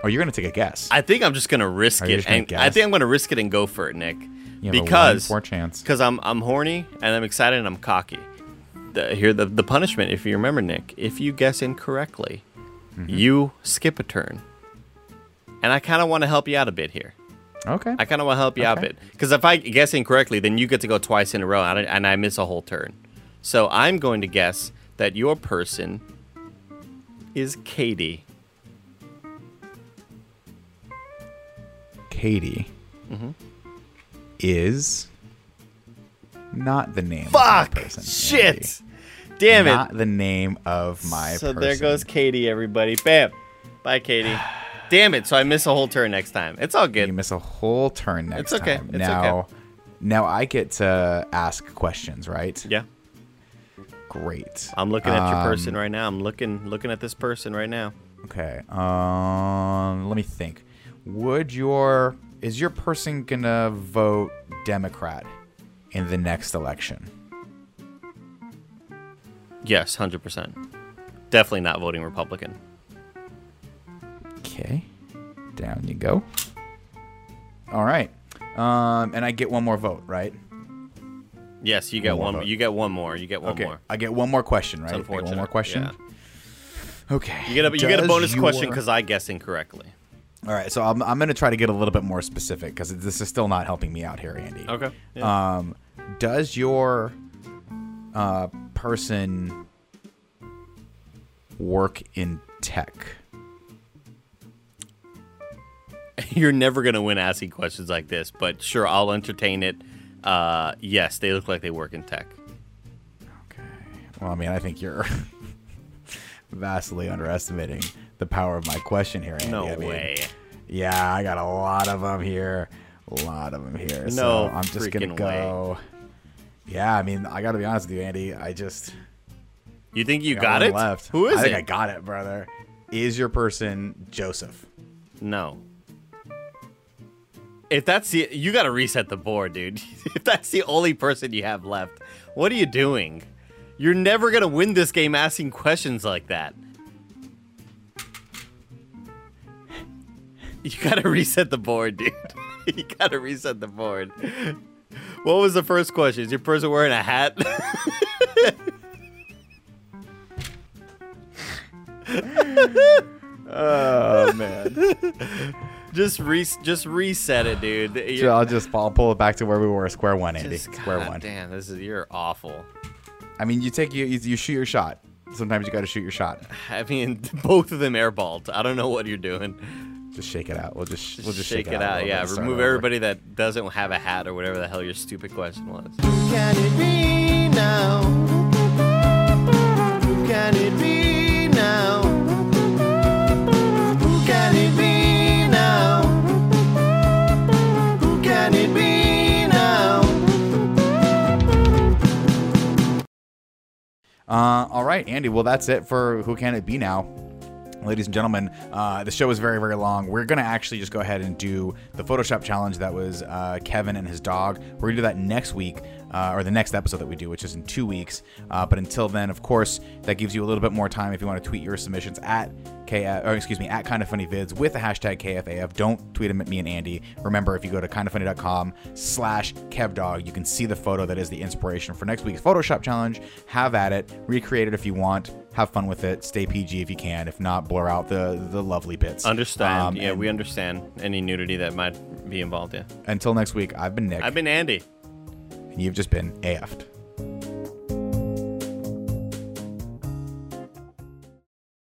Oh, you're gonna take a guess.
I think I'm just gonna risk
Are you
it,
just gonna
and I
guess?
think I'm gonna risk it and go for it, Nick,
You have a
because
1 in four chance.
because I'm I'm horny and I'm excited and I'm cocky. The, here the the punishment, if you remember, Nick, if you guess incorrectly, you skip a turn. And I kind of want to help you out a bit here.
Okay.
I kind of want to help you out a
Okay.
bit because if I guess incorrectly, then you get to go twice in a row, and I, and I miss a whole turn. So I'm going to guess that your person is Katie.
Katie
Mm-hmm.
is not the name. of
Fuck!
my person, Andy.
Shit! Damn it!
Not the name of my.
so there
person.
goes Katie, everybody. Bam! Bye, Katie. Damn it! So I miss a whole turn next time. It's all
You
good.
miss a whole turn next
It's okay,
time.
it's
now,
okay.
now I get to ask questions, right?
Yeah,
Great.
I'm looking at your person
Um,
right now. I'm looking looking at this person right now.
Okay. Um, let me think. Would your is your person gonna vote Democrat in the next election?
Yes, hundred percent. Definitely not voting Republican.
Okay. Down you go. All right. Um, and I get one more vote, right?
Yes, you get
One
one.
vote.
You get one more. You get one
okay.
more.
I get one more question, right? I
It's
get one more
unfortunate,
question. Okay.
You get a you get a
Does
bonus question
your-
because I guessed incorrectly.
All right, so I'm, I'm going to try to get a little bit more specific because this is still not helping me out here, Andy. Um, does your uh, person work in tech?
You're never gonna win asking questions like this, but sure, I'll entertain it. Uh, yes, they look like they work in tech.
Okay. Well, I mean, I think you're vastly underestimating the power of my question here, Andy.
No
I mean,
way.
Yeah, I got a lot of them here. A lot of them here. so
No
I'm just gonna
freaking
go. Yeah, I mean, I gotta be honest with you, Andy. I just
You think you
I
got
one
it?
left.
Who is
I
it?
think I got it, brother. Is your person Joseph?
no. If that's the you got to reset the board, dude. if that's the only person you have left, what are you doing? You're never gonna win this game asking questions like that. You gotta reset the board, dude. you gotta reset the board. What was the first question? Is your person wearing a hat?
Oh man.
just re- just reset it, dude.
so
You're-
I'll just I'll pull it back to where we were, square one, Andy.
just-
square
God
one.
Damn, this is you're awful.
I mean, you take you you you shoot your shot. Sometimes you gotta shoot your shot.
I mean, both of them airballed. I don't know what you're doing.
Just shake it out. We'll just,
Just
we'll just
shake, it
a
out.
little
Yeah,
bit, start
remove
over.
everybody that doesn't have a hat or whatever the hell your stupid question was.
Who can it be now? Who can it be now? Who can it be now? Who can it be now?
Uh, all right, Andy. Well, that's it for Who Can It Be Now? Ladies and gentlemen, uh, the show is very, very long. We're going to actually just go ahead and do the Photoshop challenge that was uh, Kevin and his dog. We're going to do that next week, uh, or the next episode that we do, which is in two weeks. Uh, but until then, of course, that gives you a little bit more time if you want to tweet your submissions at KF, or excuse me, at Kind of Funny Vids with the hashtag KFAF. Don't tweet them at me and Andy. Remember, if you go to kindoffunny.com slash kevdog, you can see the photo that is the inspiration for next week's Photoshop challenge. Have at it. Recreate it if you want. Have fun with it. Stay PG if you can. If not, blur out the, the lovely bits.
Understand?
Um,
yeah,
and
we understand any nudity that might be involved. Yeah,
Until next week, I've been Nick,
I've been Andy.
and you've just been AF'd.